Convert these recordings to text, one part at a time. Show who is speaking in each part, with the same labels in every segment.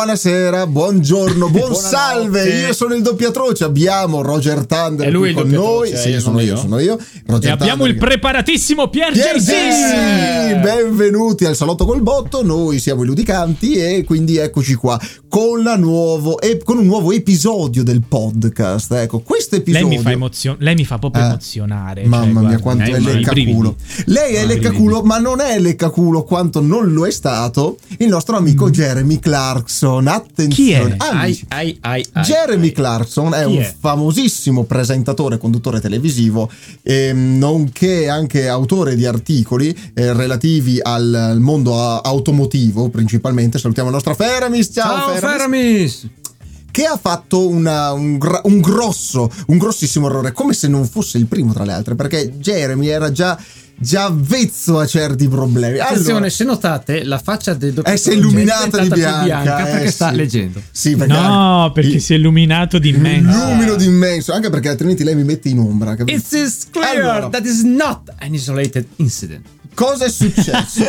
Speaker 1: Buonasera, buongiorno, buon salve. Io sono il doppiatroce. Abbiamo Roger Thunder
Speaker 2: È lui
Speaker 1: qui con
Speaker 2: il
Speaker 1: noi.
Speaker 2: doppiatroce,
Speaker 1: Sì,
Speaker 2: eh, io
Speaker 1: sono
Speaker 2: non
Speaker 1: io,
Speaker 2: io.
Speaker 1: sono io. Roger
Speaker 2: E abbiamo il
Speaker 1: Thunder.
Speaker 2: preparatissimo Pier
Speaker 1: Pier Gessi!
Speaker 2: Gessi!
Speaker 1: Benvenuti al Salotto col Botto, noi siamo i Ludicanti e quindi eccoci qua con, la nuovo, e con un nuovo episodio del podcast. Ecco, questo
Speaker 2: Lei
Speaker 1: episodio...
Speaker 2: mi, fa emozio- lei mi fa proprio
Speaker 1: Eh.
Speaker 2: emozionare. cioè,
Speaker 1: Mamma mia,
Speaker 2: guarda,
Speaker 1: quanto
Speaker 2: eh,
Speaker 1: è
Speaker 2: ma- i
Speaker 1: leccaculo.
Speaker 2: brividi.
Speaker 1: Lei è
Speaker 2: Ah,
Speaker 1: leccaculo, ma non è leccaculo quanto non lo è stato il nostro amico Jeremy Clarkson. Attenzione.
Speaker 2: Mm. Chi è?
Speaker 1: Amici,
Speaker 3: ai, ai, ai,
Speaker 1: Jeremy
Speaker 3: ai.
Speaker 1: Clarkson è
Speaker 2: Chi
Speaker 1: un
Speaker 2: è?
Speaker 1: famosissimo presentatore e conduttore televisivo, ehm, nonché anche autore di articoli eh, relativi al, al mondo a- automotivo principalmente. Salutiamo la nostra Feramis. Ciao,
Speaker 3: Ciao
Speaker 1: Feramis
Speaker 3: Feramis!
Speaker 1: che ha fatto una- un, gr- un grosso, un grossissimo errore, come se non fosse il primo tra le altre, perché Jeremy era già, già avvezzo a certi problemi.
Speaker 3: Attenzione,
Speaker 1: Allora, Eh,
Speaker 3: se notate la faccia del doppiatore
Speaker 1: si è illuminata di
Speaker 3: diventata più
Speaker 1: bianca, eh,
Speaker 3: perché sta
Speaker 1: sì.
Speaker 3: leggendo.
Speaker 1: sì, perché
Speaker 2: No, perché si è illuminato di immenso.
Speaker 1: Illumino d'immenso, anche perché altrimenti lei mi mette in ombra. capito?
Speaker 3: It is clear
Speaker 1: Allora.
Speaker 3: that is not an isolated incident.
Speaker 1: Cosa è successo?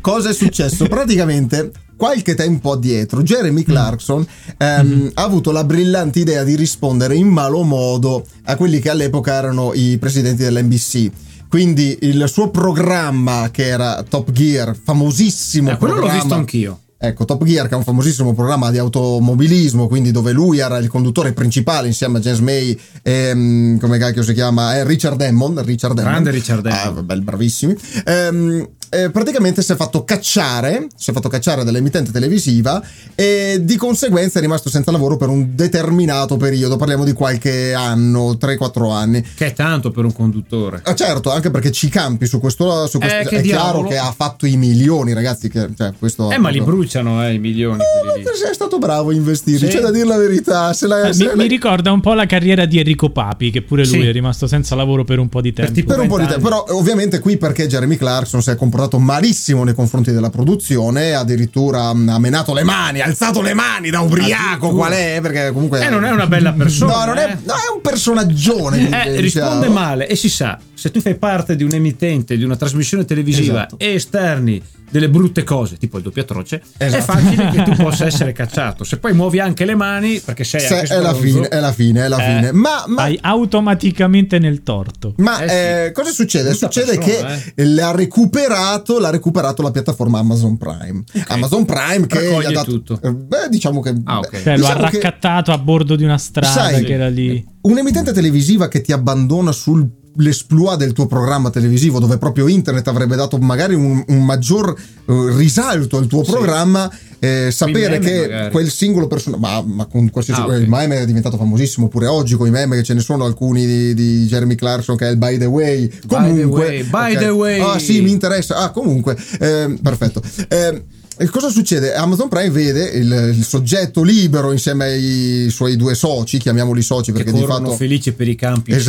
Speaker 1: Cosa è successo? Praticamente qualche tempo addietro Jeremy Clarkson ehm,
Speaker 3: Mm-hmm.
Speaker 1: ha avuto la brillante idea di rispondere in malo modo a quelli che all'epoca erano i presidenti dell'NBC. Quindi il suo programma che era Top Gear, famosissimo
Speaker 3: Eh, quello l'ho
Speaker 1: programma-
Speaker 3: visto anch'io.
Speaker 1: Ecco, Top Gear, che è un famosissimo programma di automobilismo, quindi dove lui era il conduttore principale insieme a James May e mm, come cacchio si chiama? Eh, Richard Hammond. Richard Hammond.
Speaker 3: Grande Richard Hammond.
Speaker 1: Ah, vabbè, bravissimi. Ehm, eh, praticamente si è fatto cacciare, si è fatto cacciare dall'emittente televisiva e di conseguenza è rimasto senza lavoro per un determinato periodo, parliamo di qualche anno, 3-4 anni.
Speaker 3: Che è tanto per un conduttore.
Speaker 1: Ah, certo, anche perché ci campi su questo, su questo-
Speaker 3: Eh, che
Speaker 1: è chiaro
Speaker 3: diavolo.
Speaker 1: che ha fatto i milioni, ragazzi, che cioè, questo
Speaker 3: Eh, ma li
Speaker 1: proprio-
Speaker 3: bruciano eh, i milioni. quelli lì.
Speaker 1: eh, sei stato bravo a investire,
Speaker 3: Sì.
Speaker 1: c'è da dire la verità. Se la,
Speaker 2: Eh,
Speaker 1: se
Speaker 2: Mi,
Speaker 1: la-
Speaker 2: mi ricorda un po' la carriera di Enrico Papi, che pure lui
Speaker 3: Sì.
Speaker 2: è rimasto senza lavoro per un po' di tempo.
Speaker 3: tipo-
Speaker 1: per un po' di
Speaker 3: vent'anni.
Speaker 1: tempo, però eh, ovviamente qui perché Jeremy Clarkson si è comportato malissimo nei confronti della produzione, addirittura mh, ha menato le mani, ha alzato le mani da ubriaco,
Speaker 3: Addirittura.
Speaker 1: qual è? Perché comunque...
Speaker 3: Eh, non è una bella persona.
Speaker 1: No, non è,
Speaker 3: eh.
Speaker 1: no, è un personaggione.
Speaker 3: Eh,
Speaker 1: quindi,
Speaker 3: risponde
Speaker 1: diciamo.
Speaker 3: male e si sa, se tu fai parte di un emittente, di una trasmissione televisiva
Speaker 1: Esatto.
Speaker 3: e esterni delle brutte cose, tipo il doppiatroce, è
Speaker 1: Esatto.
Speaker 3: facile che tu possa essere cacciato. Se poi muovi anche le mani, perché sei
Speaker 1: Se-
Speaker 3: anche
Speaker 1: è la
Speaker 3: stronzo,
Speaker 1: fine, è la fine, è la
Speaker 3: Eh.
Speaker 1: fine. Ma, Ah, ma
Speaker 2: Vai automaticamente nel torto.
Speaker 1: Ma
Speaker 3: Eh sì.
Speaker 1: eh, cosa succede?
Speaker 3: Brutta
Speaker 1: succede
Speaker 3: persona, eh.
Speaker 1: che l'ha, recuperato, l'ha recuperato la piattaforma Amazon Prime. Amazon Prime che
Speaker 3: Raccoglie
Speaker 1: gli ha dato.
Speaker 3: tutto.
Speaker 1: eh, Beh, diciamo che.
Speaker 3: Ah, ok.
Speaker 1: beh,
Speaker 2: Cioè,
Speaker 1: diciamo
Speaker 2: lo ha
Speaker 1: che
Speaker 2: raccattato a bordo di una strada
Speaker 1: Sai- Eh,
Speaker 2: che era lì.
Speaker 1: Un'emittente televisiva che ti abbandona sull'esploa del tuo programma televisivo dove proprio internet avrebbe dato magari un, un maggior eh, risalto al tuo
Speaker 3: Sì.
Speaker 1: programma eh, sapere
Speaker 3: meme
Speaker 1: che
Speaker 3: magari.
Speaker 1: quel singolo personaggio ma, ma con qualsiasi
Speaker 3: Ah, ok.
Speaker 1: eh, il meme è diventato famosissimo pure oggi con i meme che ce ne sono alcuni di, di Jeremy Clarkson che è il by the way comunque
Speaker 3: way, by
Speaker 1: ok.
Speaker 3: the way.
Speaker 1: ah sì mi interessa ah comunque ehm, perfetto Ehm, e cosa succede? Amazon Prime vede il, il soggetto libero insieme ai suoi due soci, chiamiamoli soci
Speaker 3: che
Speaker 1: perché di
Speaker 3: corrono
Speaker 1: fatto
Speaker 3: felici per i campi minudi.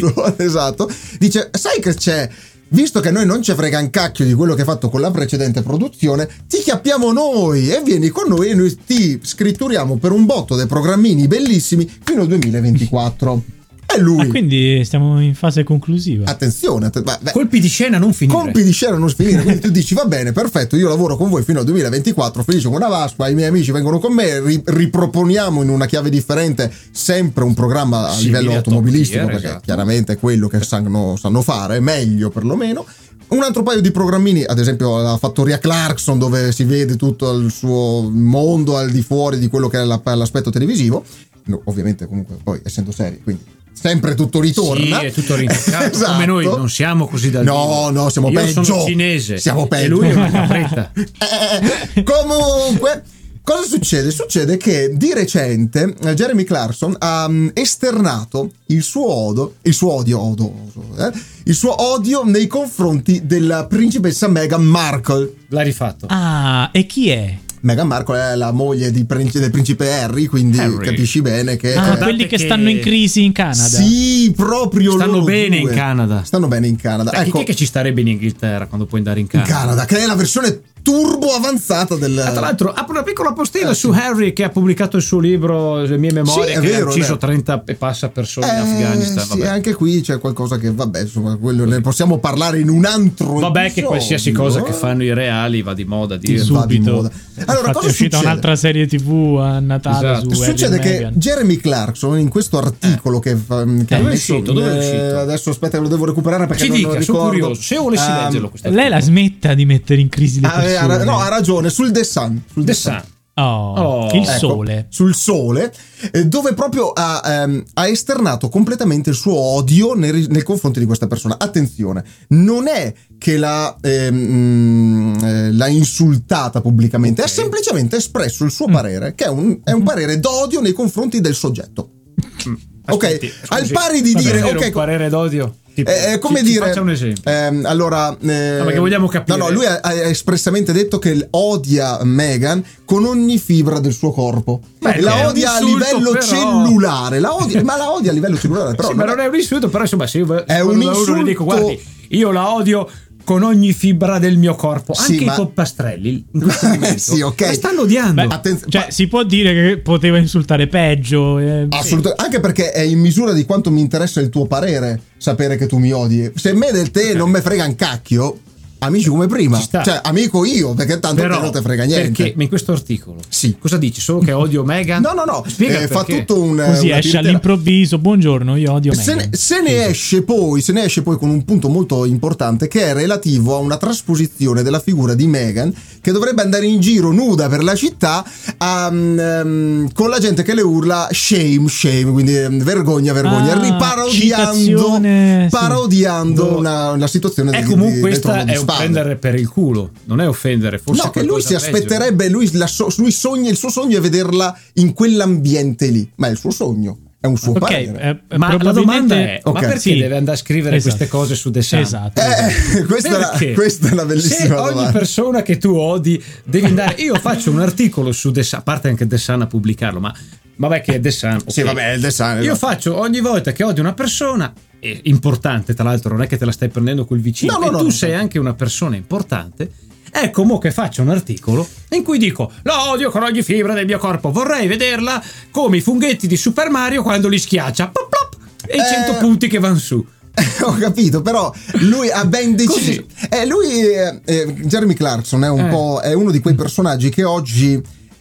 Speaker 1: Esatto, esatto. Dice, sai che c'è? Visto che noi non ci frega un cacchio di quello che hai fatto con la precedente produzione, ti chiappiamo noi e vieni con noi e noi ti scritturiamo per un botto dei programmini bellissimi fino al 2024. È
Speaker 2: Ah,
Speaker 1: lui.
Speaker 2: quindi stiamo in fase conclusiva.
Speaker 1: Attenzione, att- beh, beh,
Speaker 3: Colpi di scena non finire.
Speaker 1: Colpi di scena non sfinire, quindi tu dici va bene, perfetto, io lavoro con voi fino al 2024, felice come una Vasqua, i miei amici vengono con me, ri- riproponiamo in una chiave differente sempre un programma a
Speaker 3: Simile
Speaker 1: livello
Speaker 3: a Top
Speaker 1: automobilistico,
Speaker 3: Gear,
Speaker 1: perché
Speaker 3: esatto.
Speaker 1: chiaramente è quello che sanno, sanno fare, meglio perlomeno. Un altro paio di programmini, ad esempio la fattoria Clarkson, dove si vede tutto il suo mondo al di fuori di quello che è la- l'aspetto televisivo. No, ovviamente, comunque, poi essendo seri, quindi sempre tutto ritorna.
Speaker 3: Sì, è tutto rintoccato.
Speaker 1: Esatto.
Speaker 3: Come noi non siamo così da
Speaker 1: No, no, siamo
Speaker 3: Io
Speaker 1: peggio.
Speaker 3: sono cinese.
Speaker 1: Siamo
Speaker 3: E
Speaker 1: peggio.
Speaker 3: lui è una capretta.
Speaker 1: Eh, comunque. Cosa succede? Succede che di recente eh, Jeremy Clarkson ha mm, esternato il suo odio, il suo odio, odo- odo, eh, il suo odio nei confronti della principessa Meghan Markle.
Speaker 3: L'ha rifatto.
Speaker 2: Ah, e chi è?
Speaker 1: Meghan Markle è la moglie di prin- del principe Harry, quindi
Speaker 3: Harry.
Speaker 1: capisci bene che...
Speaker 2: Ah,
Speaker 1: eh,
Speaker 3: Guardate
Speaker 2: quelli che,
Speaker 3: che-
Speaker 2: stanno in crisi in Canada.
Speaker 1: sì, proprio
Speaker 3: Stanno
Speaker 1: loro
Speaker 3: bene
Speaker 1: due.
Speaker 3: in Canada.
Speaker 1: Stanno bene in Canada.
Speaker 3: Beh,
Speaker 1: ecco,
Speaker 3: chi è che ci starebbe in Inghilterra quando puoi andare in
Speaker 1: in
Speaker 3: Canada?
Speaker 1: Canada, che è la versione turbo avanzata del...
Speaker 3: Ah, Tra l'altro, apro una piccola postilla
Speaker 1: Eh,
Speaker 3: su Harry che ha pubblicato il suo libro Le mie
Speaker 1: Sì,
Speaker 3: memorie,
Speaker 1: è
Speaker 3: che
Speaker 1: vero, è
Speaker 3: ha ucciso
Speaker 1: vero.
Speaker 3: 30 e passa persone in
Speaker 1: Eh,
Speaker 3: Afghanistan.
Speaker 1: sì,
Speaker 3: Vabbè,
Speaker 1: anche qui c'è qualcosa che, vabbè, insomma, quello ne possiamo parlare in un altro
Speaker 3: Vabbè che
Speaker 1: episodio,
Speaker 3: qualsiasi cosa che
Speaker 1: eh.
Speaker 3: fanno i reali va di moda.
Speaker 1: Sì,
Speaker 3: Dire.
Speaker 1: va di
Speaker 2: subito.
Speaker 1: moda. Allora,
Speaker 2: Infatti
Speaker 1: cosa
Speaker 2: è uscita
Speaker 1: succede?
Speaker 2: un'altra serie TV a Natale
Speaker 3: Esatto.
Speaker 2: su Harry
Speaker 1: Succede
Speaker 2: e
Speaker 1: che
Speaker 2: Meghan.
Speaker 1: Jeremy Clarkson in questo articolo che, fa- che
Speaker 3: Eh,
Speaker 1: ha
Speaker 3: dove è
Speaker 1: messo-
Speaker 3: uscito? Dove è uscito?
Speaker 1: adesso aspetta che lo devo recuperare perché
Speaker 3: Ci
Speaker 1: non
Speaker 3: dica,
Speaker 1: lo
Speaker 3: sono
Speaker 1: ricordo.
Speaker 3: curioso. Se volessi
Speaker 1: Ehm,
Speaker 3: leggerlo questo
Speaker 2: Eh, Lei la
Speaker 3: articolo.
Speaker 2: smetta di mettere in crisi le
Speaker 1: ah, eh, ha
Speaker 2: persone.
Speaker 1: ra- no, ha ragione, sul The Sun. Sul
Speaker 3: The
Speaker 1: The
Speaker 3: Sun.
Speaker 1: Sun.
Speaker 2: Oh,
Speaker 3: Oh.
Speaker 2: il
Speaker 1: Ecco,
Speaker 2: sole.
Speaker 1: sul sole, eh, dove proprio ha, ehm, ha esternato completamente il suo odio nei ri- nei confronti di questa persona. Attenzione, non è che l'ha, ehm, mm, eh, l'ha insultata pubblicamente,
Speaker 3: Ok.
Speaker 1: ha semplicemente espresso il suo parere, che è un, è un parere d'odio nei confronti del soggetto.
Speaker 3: Aspetti,
Speaker 1: ok,
Speaker 3: scusi.
Speaker 1: al pari di
Speaker 3: Vabbè,
Speaker 1: dire,
Speaker 3: era
Speaker 1: ok,
Speaker 3: un parere d'odio. Tipo,
Speaker 1: eh, eh, come
Speaker 3: ci- ci
Speaker 1: dire,
Speaker 3: Faccia un esempio.
Speaker 1: ehm, allora, eh,
Speaker 3: No, perché vogliamo capire.
Speaker 1: No, no, lui ha, ha espressamente detto che l- odia Meghan con ogni fibra del suo corpo.
Speaker 3: Beh,
Speaker 1: E
Speaker 3: è
Speaker 1: la
Speaker 3: un
Speaker 1: odia a
Speaker 3: insulto,
Speaker 1: livello
Speaker 3: però.
Speaker 1: cellulare. La odia, ma la odia a livello cellulare, però.
Speaker 3: sì, ma non è un insulto, però insomma, se io se
Speaker 1: È
Speaker 3: vado
Speaker 1: un
Speaker 3: da uno e
Speaker 1: insulto-
Speaker 3: gli dico, guardi, io la odio con ogni fibra del mio corpo,
Speaker 1: Sì,
Speaker 3: anche
Speaker 1: ma-
Speaker 3: i coppastrelli. In questo momento,
Speaker 1: Sì, ok.
Speaker 3: La stanno odiando.
Speaker 2: Beh,
Speaker 1: attenz-
Speaker 2: cioè,
Speaker 1: ma-
Speaker 2: si può dire che poteva insultare peggio. eh,
Speaker 1: Assolutamente, anche perché è in misura di quanto mi interessa il tuo parere sapere che tu mi odi. Se me del te non me frega un cacchio, amici come prima,
Speaker 3: Ci sta.
Speaker 1: cioè amico io, perché tanto
Speaker 3: però,
Speaker 1: te non te frega niente.
Speaker 3: Perché ma in questo articolo
Speaker 1: Sì.
Speaker 3: cosa dici? Solo che odio Meghan?
Speaker 1: No, no, no,
Speaker 3: Spiega
Speaker 1: eh, fa
Speaker 3: perché.
Speaker 1: tutto un
Speaker 2: Così
Speaker 1: una
Speaker 2: esce
Speaker 1: tiritera.
Speaker 2: all'improvviso. Buongiorno, io odio
Speaker 1: se ne,
Speaker 2: Meghan.
Speaker 1: se ne esce poi, se ne esce poi con un punto molto importante che è relativo a una trasposizione della figura di Meghan che dovrebbe andare in giro nuda per la città a, mm, ehm, con la gente che le urla shame, shame, quindi ehm, vergogna, vergogna,
Speaker 2: Ah,
Speaker 1: riparodiando
Speaker 2: citazione, sì.
Speaker 1: parodiando
Speaker 3: No.
Speaker 1: una, una situazione
Speaker 3: Eh,
Speaker 1: di-
Speaker 3: comunque
Speaker 1: di- del
Speaker 3: questa
Speaker 1: Trono di
Speaker 3: è un
Speaker 1: Spade.
Speaker 3: prendere per il culo, non è offendere, forse
Speaker 1: No,
Speaker 3: è
Speaker 1: che lui
Speaker 3: qualcosa
Speaker 1: si
Speaker 3: peggio.
Speaker 1: aspetterebbe, lui, la so- lui sogna, il suo sogno è vederla in quell'ambiente lì, ma è il suo sogno, è un suo
Speaker 2: Ok,
Speaker 1: parere.
Speaker 2: eh,
Speaker 3: Ma la
Speaker 2: probabilmente-
Speaker 3: domanda è,
Speaker 1: Ok.
Speaker 3: ma perché
Speaker 2: Sì.
Speaker 3: deve andare a scrivere
Speaker 2: Esatto.
Speaker 3: queste cose su The Sun?
Speaker 2: Esatto.
Speaker 1: Eh, questa, è
Speaker 3: Perché?
Speaker 1: una, questa è una bellissima
Speaker 3: Se
Speaker 1: domanda.
Speaker 3: ogni persona che tu odi devi andare. Io faccio un articolo su The Sun, a parte anche The Sun a pubblicarlo, ma vabbè, che è The Sun. ok.
Speaker 1: Sì, vabbè, esatto. il design.
Speaker 3: Io faccio ogni volta che odi una persona, è importante tra l'altro, non è che te la stai prendendo col vicino,
Speaker 1: No, no,
Speaker 3: e
Speaker 1: no,
Speaker 3: tu
Speaker 1: no. certo.
Speaker 3: sei anche una persona importante. Ecco mo che faccio un articolo in cui dico la odio con ogni fibra del mio corpo, vorrei vederla come i funghetti di Super Mario quando li schiaccia, plop, plop, e i
Speaker 1: Eh.
Speaker 3: 100 punti che vanno su.
Speaker 1: Ho capito, però lui ha ben deciso. Eh, lui, eh, eh, Jeremy Clarkson, è, un
Speaker 3: Eh.
Speaker 1: po', è uno di quei personaggi che oggi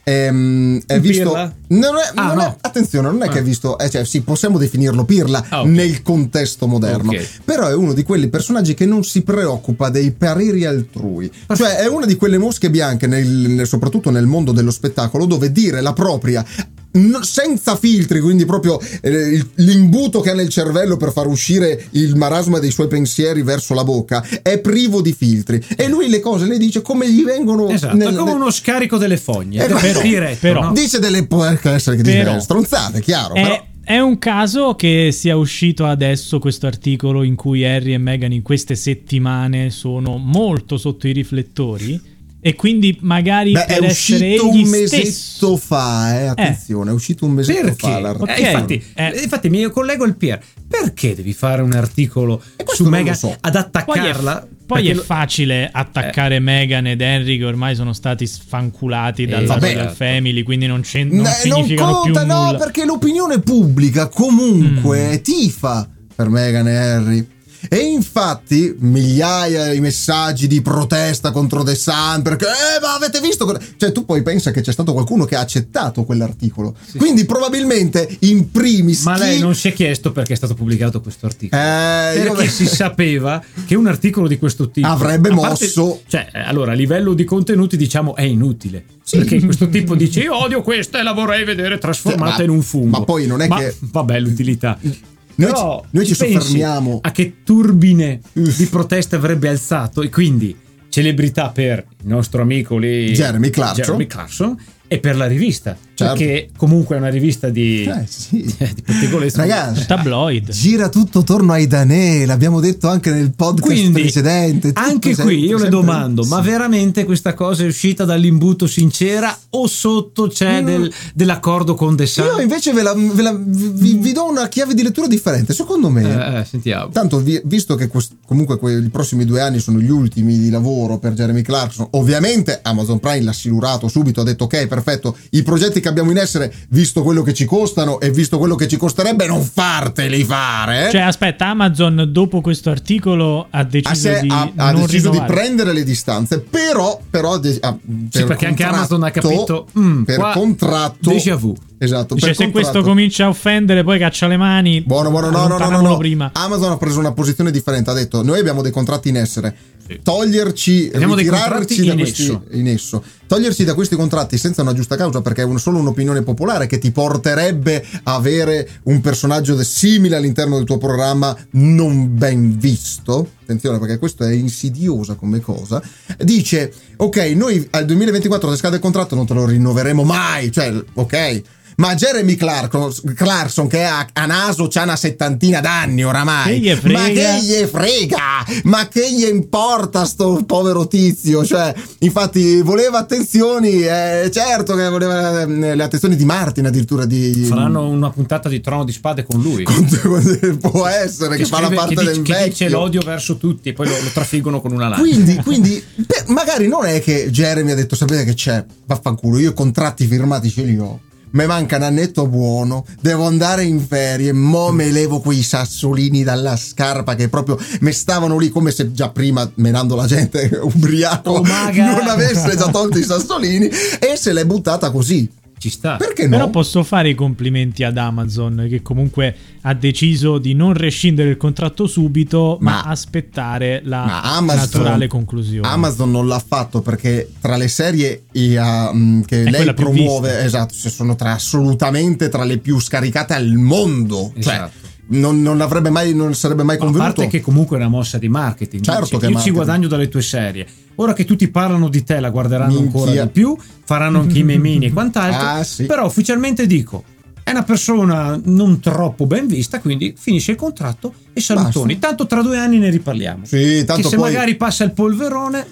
Speaker 1: ehm, è
Speaker 3: Un
Speaker 1: visto.
Speaker 3: pirla?
Speaker 1: Non è-
Speaker 3: Ah,
Speaker 1: non è-
Speaker 3: no.
Speaker 1: attenzione, non è
Speaker 3: Ah.
Speaker 1: che è visto. eh, cioè, sì, possiamo definirlo pirla
Speaker 3: Ah, ok.
Speaker 1: nel contesto moderno.
Speaker 3: Ok.
Speaker 1: Però è uno di quelli personaggi che non si preoccupa dei pareri altrui. Cioè, è una di quelle mosche bianche, nel- nel- soprattutto nel mondo dello spettacolo, dove dire la propria. n- senza filtri, quindi proprio eh, il- l'imbuto che ha nel cervello per far uscire il marasma dei suoi pensieri verso la bocca è privo di filtri. E lui le cose le dice come gli vengono.
Speaker 3: Esatto,
Speaker 1: nel-
Speaker 3: è come
Speaker 1: nel-
Speaker 3: uno scarico delle fogne.
Speaker 1: Eh,
Speaker 3: per
Speaker 1: però-
Speaker 3: diretto,
Speaker 2: però-
Speaker 3: no?
Speaker 1: Dice delle puercas che
Speaker 2: Però-
Speaker 1: dice stronzate, chiaro.
Speaker 2: È,
Speaker 1: però-
Speaker 2: è un caso che sia uscito adesso questo articolo in cui Harry e Meghan in queste settimane sono molto sotto i riflettori e quindi magari
Speaker 1: Beh, è
Speaker 2: per essere
Speaker 1: uscito
Speaker 2: egli
Speaker 1: un mesetto
Speaker 2: stesso
Speaker 1: fa, eh, attenzione, è uscito un mesetto fa
Speaker 3: Perché?
Speaker 1: l'articolo.
Speaker 3: Eh, infatti,
Speaker 2: Eh.
Speaker 3: eh, infatti, mio collego il Pier, perché devi fare un articolo
Speaker 1: questo
Speaker 3: su
Speaker 1: non lo
Speaker 3: Mega
Speaker 1: so.
Speaker 3: ad
Speaker 2: poi è,
Speaker 3: attaccarla?
Speaker 2: poi
Speaker 3: Perché
Speaker 2: è
Speaker 3: lo- Eh.
Speaker 2: facile attaccare Meghan ed Henry che ormai sono stati sfanculati dalla
Speaker 1: vabbè.
Speaker 2: Royal Family quindi non, c'è, non
Speaker 1: No, non
Speaker 2: significano
Speaker 1: conta,
Speaker 2: più
Speaker 1: no,
Speaker 2: nulla
Speaker 1: perché l'opinione pubblica comunque
Speaker 3: Mm.
Speaker 1: tifa per Meghan e Harry. E infatti migliaia di messaggi di protesta contro The Sun perché eh, ma avete visto? cosa-" Cioè tu poi pensa che c'è stato qualcuno che ha accettato quell'articolo. Quindi probabilmente in primis
Speaker 3: Ma lei
Speaker 1: chi-
Speaker 3: non si è chiesto perché è stato pubblicato questo articolo.
Speaker 1: eh, io-
Speaker 3: Perché si sapeva che un articolo di questo tipo
Speaker 1: Avrebbe
Speaker 3: a parte-
Speaker 1: mosso-
Speaker 3: cioè, eh, allora, a livello di contenuti, diciamo, è inutile. Perché questo tipo dice: Io odio questa e la vorrei vedere trasformata
Speaker 1: Sì, ma-
Speaker 3: in un fungo.
Speaker 1: ma poi non è che-
Speaker 3: Vabbè, l'utilità.
Speaker 1: Noi
Speaker 3: Però
Speaker 1: ci- noi ci
Speaker 3: pensi
Speaker 1: soffermiamo.
Speaker 3: A che turbine di protesta avrebbe alzato, e quindi celebrità per il nostro amico lì,
Speaker 1: Jeremy Clarkson.
Speaker 3: Jeremy Clarkson, e per la rivista,
Speaker 1: Certo.
Speaker 3: perché comunque è una rivista di,
Speaker 1: Eh, sì.
Speaker 3: di pettegolezzi.
Speaker 1: Ragazzi,
Speaker 2: Tabloid.
Speaker 1: gira tutto attorno ai Danè, l'abbiamo detto anche nel podcast
Speaker 3: Quindi,
Speaker 1: precedente. tutto
Speaker 3: anche
Speaker 1: sempre,
Speaker 3: qui io le
Speaker 1: sempre-
Speaker 3: domando, ma
Speaker 1: sì.
Speaker 3: veramente questa cosa è uscita dall'imbuto sincera o sotto c'è
Speaker 1: Mm.
Speaker 3: del- dell'accordo con De Sá?
Speaker 1: Io invece ve la- ve la- vi, vi do una chiave di lettura differente. Secondo me,
Speaker 3: Eh, eh, sentiamo.
Speaker 1: Tanto vi- visto che quest- comunque que- i prossimi due anni sono gli ultimi di lavoro per Jeremy Clarkson, ovviamente Amazon Prime l'ha silurato subito, ha detto ok perfetto, i progetti che abbiamo in essere, visto quello che ci costano e visto quello che ci costerebbe, non farteli fare.
Speaker 2: Cioè, aspetta, Amazon dopo questo articolo ha
Speaker 1: Ah,
Speaker 2: deciso
Speaker 1: se-
Speaker 2: di
Speaker 1: ha, ha
Speaker 2: non
Speaker 1: deciso di
Speaker 2: rinnovare.
Speaker 1: prendere le distanze, però, però de- ah, per
Speaker 3: perché anche
Speaker 1: contratto-
Speaker 3: Amazon ha capito, mm,
Speaker 1: per
Speaker 3: qua
Speaker 1: contratto.
Speaker 3: déjà vu.
Speaker 1: Esatto,
Speaker 2: Dice,
Speaker 1: per
Speaker 2: se questo
Speaker 1: contratto.
Speaker 2: comincia a offendere, poi caccia le mani.
Speaker 1: Buono, buono, no, no, no, no,
Speaker 2: Allontanamolo
Speaker 1: no. Ah,
Speaker 2: prima.
Speaker 1: Amazon ha preso una posizione differente, ha detto noi abbiamo dei contratti in essere,
Speaker 3: Sì.
Speaker 1: toglierci,
Speaker 3: Abbiamo dei
Speaker 1: ritirarci
Speaker 3: contratti
Speaker 1: da
Speaker 3: in
Speaker 1: questi,
Speaker 3: esso.
Speaker 1: in esso, toglierci da questi contratti senza una giusta causa perché è un- solo un'opinione popolare che ti porterebbe a avere un personaggio de- simile all'interno del tuo programma non ben visto, attenzione perché questo è insidiosa come cosa, dice ok noi al 2024 se scade il contratto non te lo rinnoveremo mai, cioè ok. Ma Jeremy Clark- Clarkson, che a, a naso c'ha una settantina d'anni oramai,
Speaker 2: Che gli frega?
Speaker 1: ma che gli frega? Ma che gli importa sto povero tizio? Cioè, infatti, voleva attenzioni, eh, certo che voleva eh, le attenzioni di Martin addirittura di...
Speaker 3: Faranno una puntata di Trono di Spade con lui.
Speaker 1: Può essere che, fa la
Speaker 3: scrive-
Speaker 1: parte
Speaker 3: che dice-
Speaker 1: del
Speaker 3: che
Speaker 1: vecchio.
Speaker 3: dice l'odio verso tutti e poi lo, lo trafiggono con una lancia.
Speaker 1: Quindi, quindi, beh, magari non è che Jeremy ha detto: Sapete che c'è, vaffanculo, io i contratti firmati ce li ho. Mi manca un annetto buono, devo andare in ferie, mo me levo quei sassolini dalla scarpa che proprio mi stavano lì come se già prima, menando la gente ubriaco,
Speaker 3: Oh, maga.
Speaker 1: non avesse già tolto i sassolini e se l'è buttata così.
Speaker 3: Ci sta.
Speaker 1: Perché no?
Speaker 2: Però posso fare i complimenti ad Amazon che comunque ha deciso di non rescindere il contratto subito, ma,
Speaker 1: Ma-
Speaker 2: aspettare
Speaker 3: Ah,
Speaker 2: la
Speaker 1: Ma Amazon,
Speaker 2: naturale conclusione.
Speaker 1: Amazon non l'ha fatto perché tra le serie eh, ah, mh, che
Speaker 2: È
Speaker 1: lei
Speaker 2: quella più
Speaker 1: promuove,
Speaker 2: vista.
Speaker 1: esatto, ci sono tra, assolutamente tra le più scaricate al mondo.
Speaker 3: Esatto.
Speaker 1: Cioè, non, non avrebbe mai, non sarebbe mai
Speaker 3: Ma a
Speaker 1: convenuto.
Speaker 3: parte che comunque è una mossa di marketing.
Speaker 1: Certo che
Speaker 3: Dici,
Speaker 1: è
Speaker 3: io ci
Speaker 1: marketing.
Speaker 3: guadagno dalle tue serie. Ora che tutti parlano di te, la guarderanno
Speaker 1: Minchia.
Speaker 3: ancora di più, faranno anche i memini e quant'altro.
Speaker 1: Ah, sì.
Speaker 3: Però ufficialmente dico. È una persona non troppo ben vista, quindi finisce il contratto e salutoni.
Speaker 1: Basta.
Speaker 3: Tanto tra due anni ne riparliamo.
Speaker 1: Sì,
Speaker 3: che
Speaker 1: tanto
Speaker 3: se
Speaker 1: poi magari,
Speaker 3: magari passa il polverone,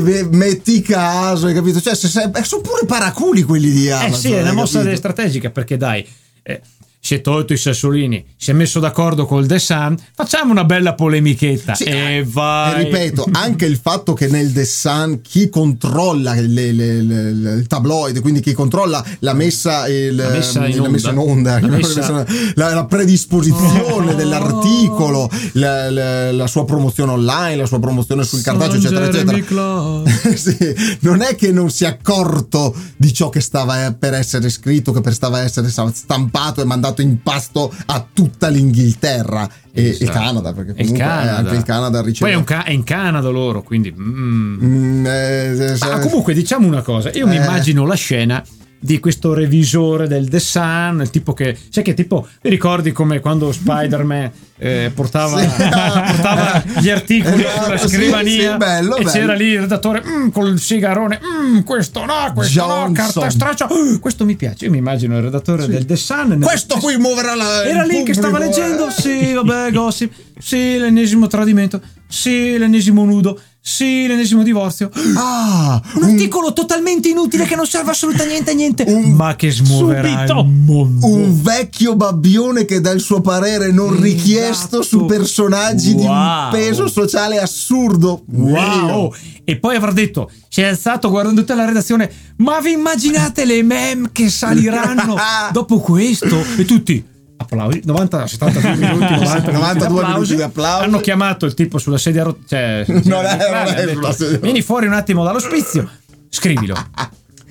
Speaker 1: ve- metti caso, hai capito? Cioè, se sei- eh, sono pure paraculi quelli di Amazon.
Speaker 3: Eh sì, è una
Speaker 1: Ah, hai
Speaker 3: mossa
Speaker 1: capito?
Speaker 3: strategica perché dai, eh, si è tolto i sassolini, si è messo d'accordo col The Sun, facciamo una bella polemichetta
Speaker 1: Sì,
Speaker 3: e
Speaker 1: eh,
Speaker 3: vai.
Speaker 1: E ripeto, anche il fatto che nel The Sun chi controlla le- le- le- le- il tabloid, quindi chi controlla la messa, il- ehm,
Speaker 3: La messa in
Speaker 1: la messa in onda,
Speaker 3: onda,
Speaker 1: la,
Speaker 3: la messa-
Speaker 1: la- la predisposizione
Speaker 3: Oh.
Speaker 1: dell'articolo, la, la- la sua promozione online, la sua promozione sul cartaceo, eccetera, eccetera. Sì, non è che non si è accorto di ciò che stava eh, per essere scritto, che per stava essere sa- stampato e mandato in pasto a tutta l'Inghilterra e il
Speaker 3: Esatto.
Speaker 1: Canada, perché
Speaker 3: E il
Speaker 1: comunque eh,
Speaker 3: Canada.
Speaker 1: anche il Canada riceve
Speaker 3: Poi è, un ca- è in Canada loro, quindi... mm.
Speaker 1: Mm, eh, se- se-
Speaker 3: Ma comunque diciamo una cosa, io mi
Speaker 1: Eh.
Speaker 3: immagino la scena di questo revisore del The Sun, il tipo che... Sai che tipo... Vi ricordi come quando Spider-Man eh, portava,
Speaker 1: Sì.
Speaker 3: portava gli articoli
Speaker 1: Esatto,
Speaker 3: sulla
Speaker 1: sì,
Speaker 3: scrivania
Speaker 1: sì, bello,
Speaker 3: e
Speaker 1: bello.
Speaker 3: c'era lì il redattore "Mm, col sigarone, "Mm, questo no, questo no,
Speaker 1: Johnson.
Speaker 3: carta straccia, "Uh, questo mi piace. Io mi immagino il redattore del The Sun... nel-
Speaker 1: questo qui muoverà la.
Speaker 3: era
Speaker 1: il
Speaker 3: lì che
Speaker 1: pubblico,
Speaker 3: stava
Speaker 1: eh.
Speaker 3: leggendo. Sì, vabbè, gossip. Sì, l'ennesimo tradimento. Sì, l'ennesimo nudo. Sì, l'ennesimo divorzio.
Speaker 1: Ah,
Speaker 3: Un
Speaker 1: un,
Speaker 3: articolo totalmente inutile che non serve assolutamente a niente.
Speaker 1: Un-
Speaker 3: Ma che smuoverà
Speaker 2: Subito.
Speaker 3: il mondo.
Speaker 1: un vecchio babbione che dà il suo parere non richiesto su personaggi di un
Speaker 3: Esatto. Wow.
Speaker 1: peso sociale assurdo.
Speaker 3: Wow! E poi avrà detto, si è alzato guardando tutta la redazione, ma vi immaginate le meme che saliranno dopo questo? E tutti, applausi, 90, 72 minuti, 90,
Speaker 1: 92
Speaker 3: minuti di applausi.
Speaker 1: minuti di applausi.
Speaker 3: Hanno chiamato il tipo sulla sedia rot- cioè,
Speaker 1: Non
Speaker 3: cioè,
Speaker 1: è- non è
Speaker 3: ha detto,
Speaker 1: sulla sedia-
Speaker 3: vieni fuori un attimo dall'ospizio, scrivilo.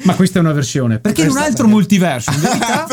Speaker 3: Ma questa è una versione, perché in un
Speaker 1: Questa-
Speaker 3: altro multiverso, in verità,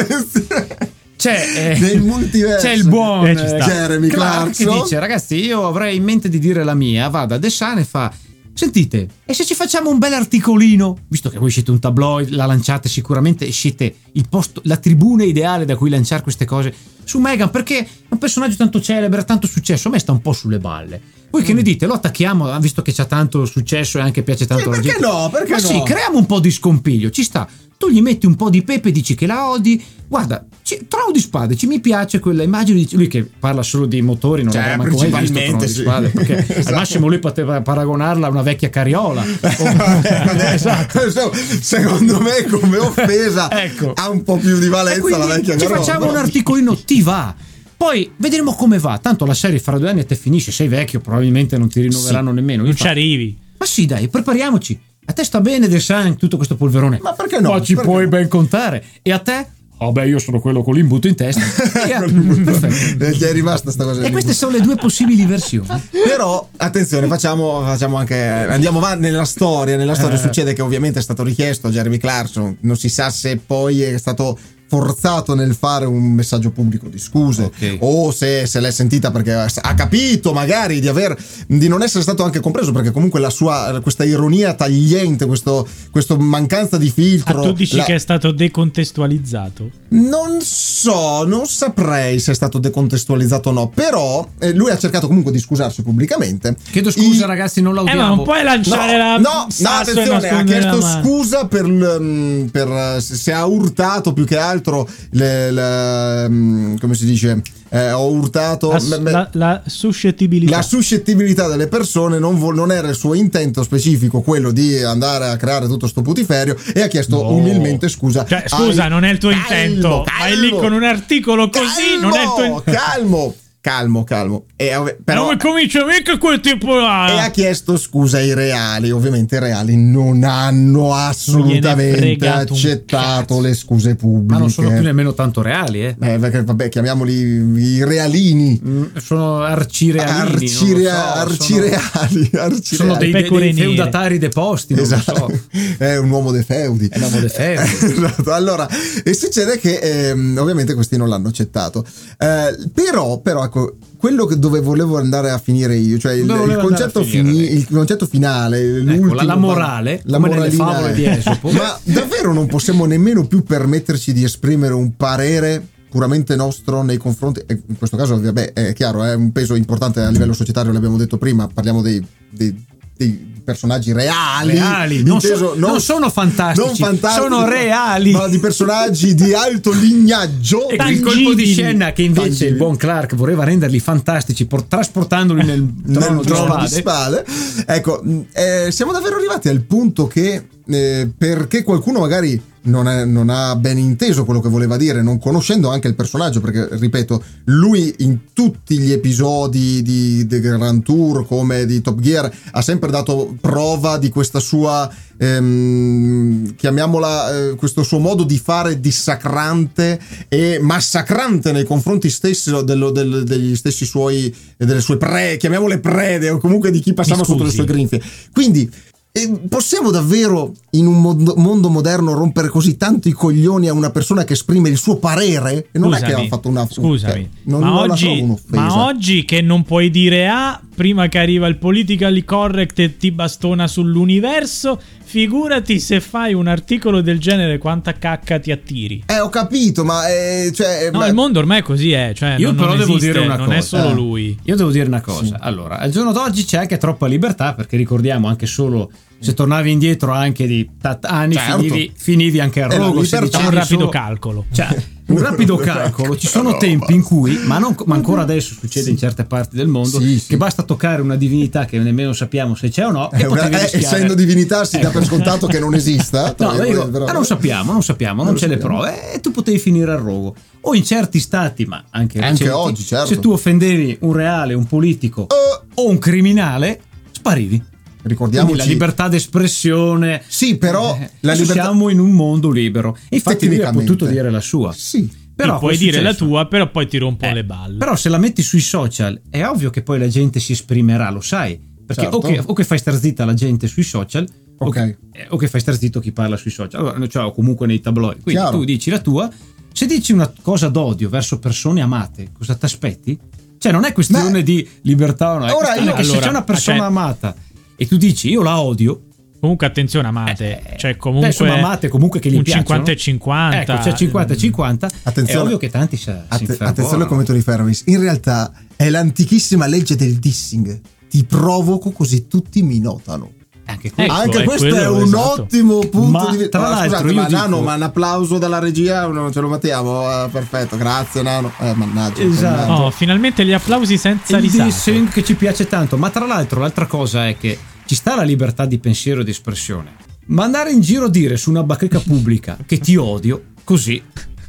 Speaker 3: c'è, eh,
Speaker 1: Del multiverso.
Speaker 3: c'è il buon
Speaker 2: Eh, ci sta.
Speaker 3: eh,
Speaker 1: Jeremy
Speaker 3: Clark che
Speaker 1: Clarkson.
Speaker 3: dice ragazzi io avrei in mente di dire la mia vada a The Sun e fa sentite e se ci facciamo un bel articolino visto che voi siete un tabloid la lanciate sicuramente e siete il posto la tribuna ideale da cui lanciare queste cose su Megan perché è un personaggio tanto celebre ha tanto successo a me sta un po' sulle balle voi che ne dite lo attacchiamo visto che c'ha tanto successo e anche piace tanto
Speaker 1: Sì,
Speaker 3: alla
Speaker 1: perché
Speaker 3: gente
Speaker 1: no? Perché
Speaker 3: ma
Speaker 1: no?
Speaker 3: sì creiamo un po' di scompiglio ci sta tu gli metti un po' di pepe e dici che la odi. Guarda, ci, Trono di Spade, ci mi piace quella immagine. Dice, lui che parla solo dei motori, non
Speaker 1: Cioè,
Speaker 3: l'avrà manco mai visto Trono
Speaker 1: principalmente,
Speaker 3: di
Speaker 1: sì.
Speaker 3: Spade, perché al
Speaker 1: Esatto.
Speaker 3: massimo lui poteva paragonarla a una vecchia carriola. eh,
Speaker 1: Vabbè,
Speaker 2: esatto.
Speaker 1: adesso, Secondo me, come offesa,
Speaker 3: Ecco.
Speaker 1: ha un po' più di
Speaker 3: E
Speaker 1: valenza la
Speaker 3: quindi
Speaker 1: vecchia
Speaker 3: ci
Speaker 1: Garotta.
Speaker 3: facciamo un articolino ti va poi vedremo come va tanto la serie fra due anni e te finisce sei vecchio probabilmente non ti rinnoveranno nemmeno Io
Speaker 2: Non ci
Speaker 3: fa-
Speaker 2: arrivi.
Speaker 3: ma sì dai prepariamoci a te sta bene De San tutto questo polverone
Speaker 1: Ma perché no?
Speaker 3: ma ci
Speaker 1: Perché
Speaker 3: puoi
Speaker 1: no?
Speaker 3: ben contare e a te vabbè Ah, io sono quello con l'imbuto in testa e, a- perfetto.
Speaker 1: Eh, Gli è rimasta sta cosa
Speaker 3: E
Speaker 1: lì.
Speaker 3: queste sono le due possibili versioni
Speaker 1: Però attenzione, facciamo, facciamo anche. Andiamo avanti nella storia. Nella storia
Speaker 3: Eh.
Speaker 1: succede che, ovviamente, è stato richiesto a Jeremy Clarkson. Non si sa se poi è stato forzato nel fare un messaggio pubblico di scuse
Speaker 4: Ok.
Speaker 1: o se se l'è sentita perché ha capito magari di aver di non essere stato anche compreso perché comunque la sua questa ironia tagliente questo, questo mancanza di filtro
Speaker 2: Ah, tu dici
Speaker 1: la-
Speaker 2: che è stato decontestualizzato? Eh,
Speaker 1: non so, non saprei se è stato decontestualizzato o no, però eh, lui ha cercato comunque di scusarsi pubblicamente.
Speaker 3: chiedo scusa
Speaker 1: I-
Speaker 3: ragazzi non
Speaker 2: Eh, ma
Speaker 3: l'audiamo
Speaker 2: non puoi lanciare
Speaker 1: No,
Speaker 2: la.
Speaker 1: no, no,
Speaker 2: sasso e
Speaker 1: attenzione, ha
Speaker 2: nascondere la
Speaker 1: chiesto
Speaker 2: mano.
Speaker 1: scusa per, l- mm, per, eh, se se ha urtato più che altro le- la, mm, come si dice? Eh, ho urtato
Speaker 2: La,
Speaker 1: me- me-
Speaker 2: la- la suscettibilità.
Speaker 1: la suscettibilità delle persone non, vo- non era il suo intento specifico quello di andare a creare tutto sto putiferio e ha chiesto
Speaker 3: No.
Speaker 1: umilmente scusa.
Speaker 2: Cioè, scusa,
Speaker 1: Ai-
Speaker 2: non è il tuo
Speaker 1: Calmo,
Speaker 2: intento. Vai lì
Speaker 1: calmo.
Speaker 2: con un articolo così, non è il tuo intento.
Speaker 1: calmo, calmo, calmo. E, ov- però,
Speaker 2: Come comincia mica quel tipo là.
Speaker 3: Ah.
Speaker 1: e ha chiesto scusa ai reali. Ovviamente i reali non hanno assolutamente
Speaker 2: fregato un
Speaker 1: accettato
Speaker 2: cazzo.
Speaker 1: le scuse pubbliche.
Speaker 3: ma Ah, non sono più nemmeno tanto reali eh.
Speaker 1: Eh, perché, vabbè, chiamiamoli i realini.
Speaker 3: Mm, sono arcirealini non lo so,
Speaker 1: Arcirea-
Speaker 3: sono-
Speaker 1: arcireali, arcireali.
Speaker 3: sono dei, dei,
Speaker 2: Pecore
Speaker 3: dei
Speaker 2: nere.
Speaker 3: feudatari deposti non lo
Speaker 1: Esatto,
Speaker 3: so
Speaker 1: è un uomo dei feudi.
Speaker 3: È un uomo dei feudi.
Speaker 1: esatto. Allora, e succede che ehm, ovviamente questi non l'hanno accettato. Eh, però, però, ecco, quello che dove volevo andare a finire io, cioè il,
Speaker 3: Dove
Speaker 1: il
Speaker 3: voleva andare a
Speaker 1: concetto,
Speaker 3: finire
Speaker 1: fini-
Speaker 3: lei?
Speaker 1: il concetto finale, l'ultimo,
Speaker 3: la- la morale,
Speaker 1: la
Speaker 3: come nelle
Speaker 1: moralina
Speaker 3: favole
Speaker 1: è-
Speaker 3: di Esopo.
Speaker 1: Ma davvero non possiamo nemmeno più permetterci di esprimere un parere puramente nostro nei confronti eh, in questo caso vabbè è chiaro è un peso importante a livello societario l'abbiamo detto prima parliamo dei- dei- dei personaggi reali
Speaker 3: Reali, non
Speaker 1: inteso-
Speaker 3: so- non sono fantastici, sono reali. Ecco.
Speaker 1: ma di personaggi di alto lignaggio
Speaker 3: E il
Speaker 2: Tangibili.
Speaker 3: colpo di scena che invece
Speaker 1: Tangibili.
Speaker 3: il buon Clark voleva renderli fantastici por- trasportandoli nel trono,
Speaker 1: nel trono
Speaker 3: di
Speaker 1: di
Speaker 3: spade.
Speaker 1: spade ecco mh, eh, siamo davvero arrivati al punto che eh, perché qualcuno magari non, è- non ha ben inteso quello che voleva dire non conoscendo anche il personaggio perché ripeto lui in tutti gli episodi di The Grand Tour come di Top Gear ha sempre dato prova di questa sua ehm, chiamiamola eh, questo suo modo di fare dissacrante e massacrante nei confronti stesso dello- del- degli stessi suoi delle sue pre chiamiamole prede o comunque di chi passava
Speaker 2: Mi
Speaker 1: sotto le
Speaker 2: scusi.
Speaker 1: sue grinfie quindi eh, possiamo davvero in un mondo, mondo moderno rompere così tanto i coglioni a una persona che esprime il suo parere? E non è che
Speaker 2: Scusami,
Speaker 1: ha fatto una
Speaker 2: Scusami,
Speaker 1: cioè, non,
Speaker 2: ma,
Speaker 1: non la trovo
Speaker 2: oggi,
Speaker 1: un'offesa.
Speaker 2: ma oggi che non puoi dire A prima che arriva il politically correct e ti bastona sull'universo, figurati se fai un articolo del genere quanta cacca ti attiri.
Speaker 1: Eh, ho capito, ma eh, cioè,
Speaker 2: No,
Speaker 1: ma-
Speaker 2: il mondo ormai è così è, cioè
Speaker 3: Io
Speaker 2: non,
Speaker 3: però
Speaker 2: non
Speaker 3: devo
Speaker 2: esiste,
Speaker 3: dire una
Speaker 2: non
Speaker 3: cosa.
Speaker 2: è solo
Speaker 1: Eh.
Speaker 2: lui.
Speaker 3: Io devo dire una cosa. Allora, al giorno d'oggi c'è anche troppa libertà, perché ricordiamo anche solo se tornavi indietro anche di tat- anni,
Speaker 1: Certo.
Speaker 3: finivi, finivi anche a
Speaker 1: Eh, la
Speaker 3: rogo. se
Speaker 1: libertà-
Speaker 2: C'è un
Speaker 3: dicevi
Speaker 2: rapido
Speaker 3: solo-
Speaker 2: calcolo.
Speaker 3: Cioè, un rapido calcolo. Ci sono tempi in cui, ma, non- ma ancora adesso succede in certe parti del mondo,
Speaker 1: Sì,
Speaker 3: che
Speaker 1: sì.
Speaker 3: basta toccare una divinità che nemmeno sappiamo se c'è o no.
Speaker 1: eh,
Speaker 3: e
Speaker 1: una-
Speaker 3: potevi
Speaker 1: eh,
Speaker 3: rischiare-
Speaker 1: essendo divinità si dà
Speaker 3: Ecco.
Speaker 1: per scontato che non esista. tra
Speaker 3: No, ma
Speaker 1: virgolette,
Speaker 3: dico,
Speaker 1: però-
Speaker 3: ah, non sappiamo, non sappiamo, non,
Speaker 1: Non lo
Speaker 3: c'è le
Speaker 1: sappiamo.
Speaker 3: prove. E tu potevi finire al rogo. O in certi stati, ma anche,
Speaker 1: Anche
Speaker 3: recenti,
Speaker 1: oggi, certo.
Speaker 3: se tu offendevi un reale, un politico
Speaker 1: Eh,
Speaker 3: o un criminale, sparivi. Quindi
Speaker 1: ricordiamoci
Speaker 3: la libertà d'espressione.
Speaker 1: Sì, però
Speaker 3: Eh,
Speaker 1: la
Speaker 3: adesso
Speaker 1: libertà-
Speaker 3: Siamo in un mondo libero. E Infatti, lui ha
Speaker 1: Tecnicamente.
Speaker 3: potuto dire la sua.
Speaker 1: Sì.
Speaker 3: Però
Speaker 2: Però puoi
Speaker 3: cosa è
Speaker 2: dire la
Speaker 3: successo?
Speaker 2: tua, però poi ti rompo
Speaker 3: Eh,
Speaker 2: le balle.
Speaker 3: Però se la metti sui social è ovvio che poi la gente si esprimerà, lo sai. Perché
Speaker 1: Certo.
Speaker 3: o, che, o che fai star zitta la gente sui social, o,
Speaker 1: Ok.
Speaker 3: che, eh, o che fai star zitto chi parla sui social, Allora, cioè, o comunque nei tabloid. Quindi
Speaker 1: Chiaro.
Speaker 3: tu dici la tua. Se dici una cosa d'odio verso persone amate, cosa ti aspetti? Cioè, non è questione
Speaker 1: Beh,
Speaker 3: di libertà o no. È
Speaker 1: ora
Speaker 3: questione
Speaker 1: io-
Speaker 3: che se
Speaker 2: allora,
Speaker 3: c'è una persona
Speaker 2: cioè-
Speaker 3: amata e tu dici io la odio,
Speaker 2: Comunque attenzione amate,
Speaker 3: eh,
Speaker 2: cioè
Speaker 3: beh,
Speaker 2: comunque...
Speaker 3: insomma, amate comunque che gli
Speaker 2: un
Speaker 3: piacciono.
Speaker 2: 50 e 50.
Speaker 3: Ecco, cioè 50 e 50.
Speaker 1: Attenzione.
Speaker 3: È ovvio che tanti si, si
Speaker 1: Att-
Speaker 3: infervorano.
Speaker 1: attenzione al commento di Fermis. In realtà è l'antichissima legge del dissing. Ti provoco così tutti mi notano.
Speaker 3: Anche qui.
Speaker 2: Ecco,
Speaker 1: Anche
Speaker 2: è
Speaker 1: questo
Speaker 2: quello,
Speaker 1: è un
Speaker 2: esatto.
Speaker 1: ottimo punto
Speaker 3: Ma,
Speaker 1: di vista.
Speaker 3: tra
Speaker 1: Ah,
Speaker 3: l'altro,
Speaker 1: scusate,
Speaker 3: io
Speaker 1: ma
Speaker 3: dico-
Speaker 1: Nano, ma un applauso dalla regia non ce lo mettiamo. Ah, perfetto, grazie Nano. Eh, mannaggia.
Speaker 3: Esatto.
Speaker 1: mannaggia.
Speaker 2: Oh, finalmente gli applausi senza
Speaker 3: il
Speaker 2: risate.
Speaker 3: dissing che ci piace tanto. Ma tra l'altro, l'altra cosa è che ci sta la libertà di pensiero e di espressione. Ma andare in giro a dire su una bacheca pubblica che ti odio, così.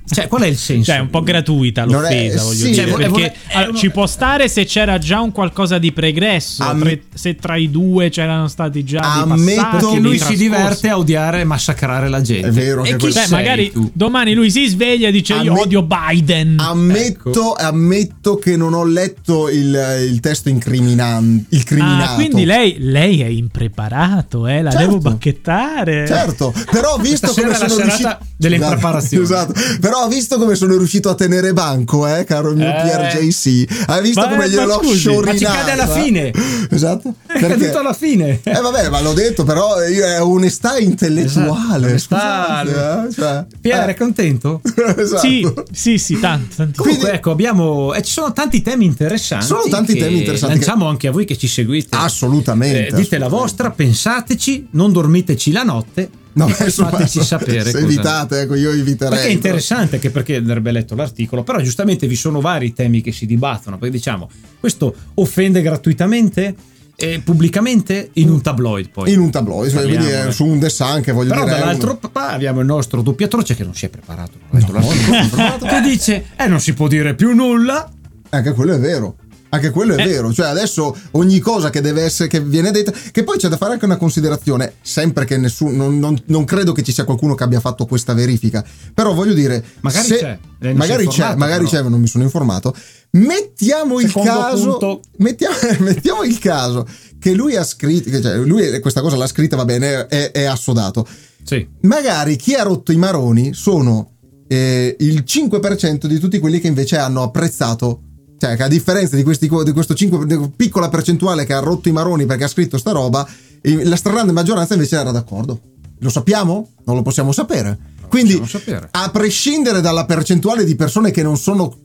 Speaker 3: Cioè, qual è il senso?
Speaker 2: Cioè, è un po' gratuita
Speaker 1: Non è-
Speaker 2: l'offesa, voglio
Speaker 1: sì,
Speaker 2: dire.
Speaker 1: cioè,
Speaker 2: perché
Speaker 3: vorrei- vorrei-
Speaker 2: allora,
Speaker 3: è uno-
Speaker 2: ci può stare se c'era già un qualcosa di pregresso.
Speaker 1: Am-
Speaker 2: tre- se tra i due c'erano stati già dei
Speaker 1: Ammetto-
Speaker 2: passaggi,
Speaker 3: Perché
Speaker 2: dei
Speaker 3: lui si
Speaker 2: trascorsi.
Speaker 3: diverte a odiare e massacrare la gente.
Speaker 1: È vero
Speaker 3: e
Speaker 1: che
Speaker 3: chi
Speaker 1: questo-
Speaker 2: Beh,
Speaker 3: sei
Speaker 2: magari
Speaker 3: tu?
Speaker 2: domani lui si sveglia e dice: Io
Speaker 1: Ammet-
Speaker 2: odio Biden.
Speaker 1: Ammetto,
Speaker 3: ecco.
Speaker 1: ammetto che non ho letto il, il testo incriminante. Il criminato.
Speaker 2: Ah, quindi lei, lei è impreparato, eh? La
Speaker 1: Certo.
Speaker 2: devo bacchettare.
Speaker 1: Certo, però visto
Speaker 3: sera
Speaker 1: come
Speaker 3: è la
Speaker 1: sono riuscito
Speaker 3: serata delle
Speaker 1: Esatto,
Speaker 3: impreparazioni.
Speaker 1: Esatto, Però visto come sono riuscito a tenere banco, eh, caro mio
Speaker 3: Eh.
Speaker 1: PRJC. Hai visto
Speaker 2: Ma-
Speaker 1: come
Speaker 2: ma
Speaker 1: gliel'ho
Speaker 2: scusi, ma ci
Speaker 1: sciorinato?
Speaker 3: cade alla
Speaker 1: eh?
Speaker 3: fine.
Speaker 1: Esatto.
Speaker 3: È caduto alla fine.
Speaker 1: Eh vabbè, ma l'ho detto, però eh, io- è onestà intellettuale.
Speaker 3: Esatto,
Speaker 1: Scusate, eh, cioè,
Speaker 3: Pierre, è
Speaker 1: eh,
Speaker 3: contento?
Speaker 1: esatto.
Speaker 2: Sì, sì, sì, tanto. tanto.
Speaker 1: Quindi-
Speaker 3: Comunque, ecco, abbiamo. eh, ci sono tanti temi interessanti.
Speaker 1: Sono tanti
Speaker 3: che
Speaker 1: temi interessanti che- Ah,
Speaker 3: Lanciamo anche a voi che ci seguite.
Speaker 1: Assolutamente.
Speaker 3: Eh, dite la
Speaker 1: assolutamente.
Speaker 3: vostra, pensateci, non dormiteci la notte.
Speaker 1: No,
Speaker 3: e
Speaker 1: insomma,
Speaker 3: fateci sapere.
Speaker 1: Se
Speaker 3: cosa-
Speaker 1: evitate, ecco, io eviterei.
Speaker 3: Perché è interessante anche perché andrebbe letto l'articolo, però giustamente vi sono vari temi che si dibattono, perché diciamo, questo offende gratuitamente, eh, pubblicamente, in un tabloid poi.
Speaker 1: In un tabloid, cioè, quindi
Speaker 3: Parliamone.
Speaker 1: eh, su un dessin che voglio
Speaker 3: Però
Speaker 1: dire. è un-
Speaker 3: dall'altro papà abbiamo il nostro doppiatroce che non si è preparato, non ha letto l'articolo, non si è preparato, che dice, eh non si può dire più nulla,
Speaker 1: Anche quello è vero. Anche quello è
Speaker 2: Eh.
Speaker 1: vero, cioè adesso ogni cosa che deve essere, che viene detta, che poi c'è da fare anche una considerazione, sempre che nessuno, non, non- non credo che ci sia qualcuno che abbia fatto questa verifica, però voglio dire,
Speaker 3: Magari
Speaker 1: se-
Speaker 3: c'è, lei non si
Speaker 1: magari
Speaker 3: è
Speaker 1: c'è,
Speaker 3: informato,
Speaker 1: magari
Speaker 3: però.
Speaker 1: c'è, non mi sono informato, mettiamo
Speaker 3: Secondo
Speaker 1: il caso,
Speaker 3: punto.
Speaker 1: mettiamo, mettiamo il caso che lui ha scritto, che cioè lui questa cosa l'ha scritta, va bene, è, è assodato,
Speaker 3: sì,
Speaker 1: magari chi ha rotto i maroni sono eh, il 5% di tutti quelli che invece hanno apprezzato. Cioè, che a differenza di, questi, di questo 5, di piccola percentuale che ha rotto i maroni perché ha scritto sta roba, eh, la stragrande maggioranza invece era d'accordo. Lo sappiamo? Non lo possiamo sapere. Quindi,
Speaker 3: possiamo sapere.
Speaker 1: a prescindere dalla percentuale di persone che non sono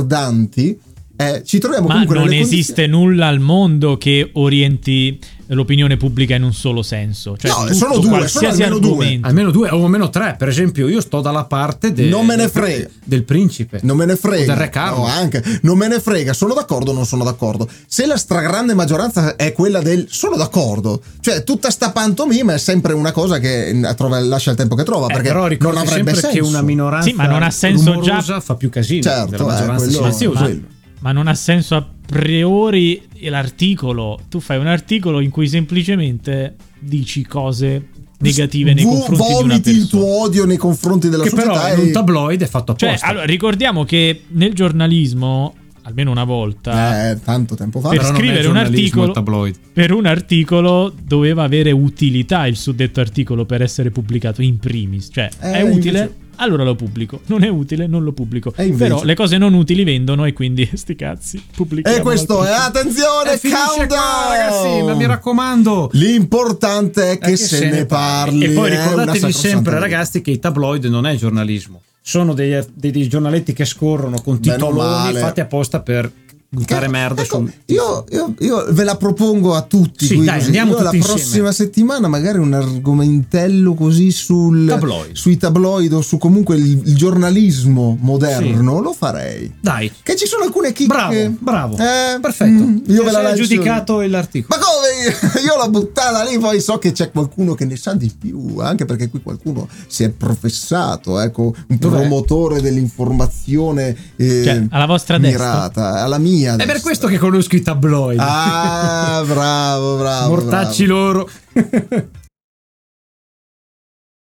Speaker 1: concordanti, eh, ci troviamo
Speaker 2: Ma
Speaker 1: comunque
Speaker 2: non
Speaker 1: nelle condizioni-
Speaker 2: esiste nulla al mondo che orienti l'opinione pubblica in un solo senso. Cioè,
Speaker 1: No,
Speaker 2: tutto,
Speaker 1: sono due, sono
Speaker 2: qualsiasi
Speaker 1: almeno due.
Speaker 2: argomento.
Speaker 3: almeno due o almeno tre, per esempio io sto dalla parte del,
Speaker 1: Non me ne frega.
Speaker 3: del principe,
Speaker 1: Non me ne
Speaker 3: Eh, o
Speaker 1: frega.
Speaker 3: del re Carlo.
Speaker 1: No, anche. Non me ne frega. Sono d'accordo o non sono d'accordo? Se la stragrande maggioranza è quella del sono d'accordo, cioè tutta sta pantomima è sempre una cosa che eh, trova- lascia il tempo che trova.
Speaker 3: Eh,
Speaker 1: perché
Speaker 3: però
Speaker 1: non
Speaker 3: ricorda
Speaker 1: avrebbe
Speaker 3: sempre
Speaker 1: senso.
Speaker 3: che una minoranza
Speaker 2: Sì, ma non ha senso già-
Speaker 3: rumorosa fa più casino
Speaker 1: Certo,
Speaker 3: della
Speaker 1: eh,
Speaker 3: maggioranza
Speaker 1: quello-
Speaker 3: silenziosa.
Speaker 1: quello.
Speaker 2: Ma non ha senso a priori l'articolo. Tu fai un articolo in cui semplicemente dici cose negative nei
Speaker 1: Vo-
Speaker 2: confronti di una
Speaker 1: vomiti il tuo
Speaker 2: persona.
Speaker 1: odio nei confronti della
Speaker 3: Che
Speaker 1: società.
Speaker 3: però in
Speaker 1: e-
Speaker 3: un tabloid è fatto
Speaker 2: Cioè,
Speaker 3: apposta.
Speaker 2: allora, ricordiamo che nel giornalismo, almeno una volta,
Speaker 1: Eh, tanto tempo fa.
Speaker 2: per
Speaker 3: Però non è
Speaker 2: scrivere un
Speaker 3: giornalismo,
Speaker 2: articolo-
Speaker 3: il tabloid.
Speaker 2: per un articolo doveva avere utilità il suddetto articolo per essere pubblicato in primis. Cioè,
Speaker 1: Eh,
Speaker 2: è utile,
Speaker 1: invece-
Speaker 2: allora lo pubblico. Non è utile, non lo pubblico.
Speaker 1: Eh, invece-
Speaker 2: Però le cose non utili vendono e quindi sti cazzi, pubblichiamo.
Speaker 1: E questo è
Speaker 2: altro.
Speaker 1: attenzione,
Speaker 3: Eh, finisce
Speaker 1: countdown!
Speaker 3: qua, ragazzi, ma mi raccomando.
Speaker 1: L'importante è
Speaker 3: Eh,
Speaker 1: che se, ne parli.
Speaker 3: E poi
Speaker 1: eh, una
Speaker 3: ricordatevi
Speaker 1: sacrosanta
Speaker 3: sempre,
Speaker 1: verità.
Speaker 3: ragazzi, che i tabloid non è giornalismo. Sono dei, dei- dei giornaletti che scorrono con
Speaker 1: Bene o
Speaker 3: titoloni
Speaker 1: male.
Speaker 3: fatti apposta per buttare
Speaker 1: Ecco,
Speaker 3: merda
Speaker 1: ecco,
Speaker 3: su.
Speaker 1: io, io- io ve la propongo a tutti.
Speaker 3: Sì,
Speaker 1: quindi
Speaker 3: dai, andiamo
Speaker 1: io
Speaker 3: tutti
Speaker 1: la
Speaker 3: insieme.
Speaker 1: prossima settimana, magari un argomentello così sul,
Speaker 3: Tabloid.
Speaker 1: sui tabloid o su comunque il, il giornalismo moderno. Lo farei.
Speaker 3: Dai,
Speaker 1: Che ci sono alcune chicche.
Speaker 3: Bravo, bravo.
Speaker 1: Eh,
Speaker 3: Perfetto.
Speaker 1: mm, io ve la
Speaker 3: Sei
Speaker 1: lancio.
Speaker 3: giudicato l'articolo.
Speaker 1: Ma come? Io l'ho buttata lì, poi so che c'è qualcuno che ne sa di più, anche perché qui qualcuno si è professato, ecco, un
Speaker 3: Dov'è?
Speaker 1: promotore dell'informazione eh,
Speaker 2: Cioè, alla vostra destra?
Speaker 1: mirata, alla mia.
Speaker 3: È per
Speaker 1: destra.
Speaker 3: questo che conosco i tabloid.
Speaker 1: Ah, bravo, bravo.
Speaker 3: Mortacci loro.